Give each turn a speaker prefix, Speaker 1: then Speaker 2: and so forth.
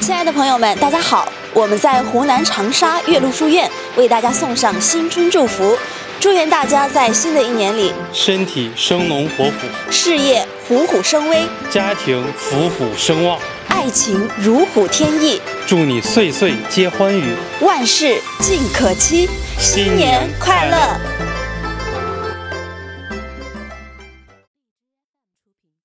Speaker 1: 亲爱的朋友们，大家好！我们在湖南长沙岳麓书院为大家送上新春祝福，祝愿大家在新的一年里
Speaker 2: 身体生龙活虎，
Speaker 1: 事业虎虎生威，
Speaker 2: 家庭福虎生旺，
Speaker 1: 爱情如虎添翼，
Speaker 2: 祝你岁岁皆欢愉，
Speaker 1: 万事尽可期，新年快乐！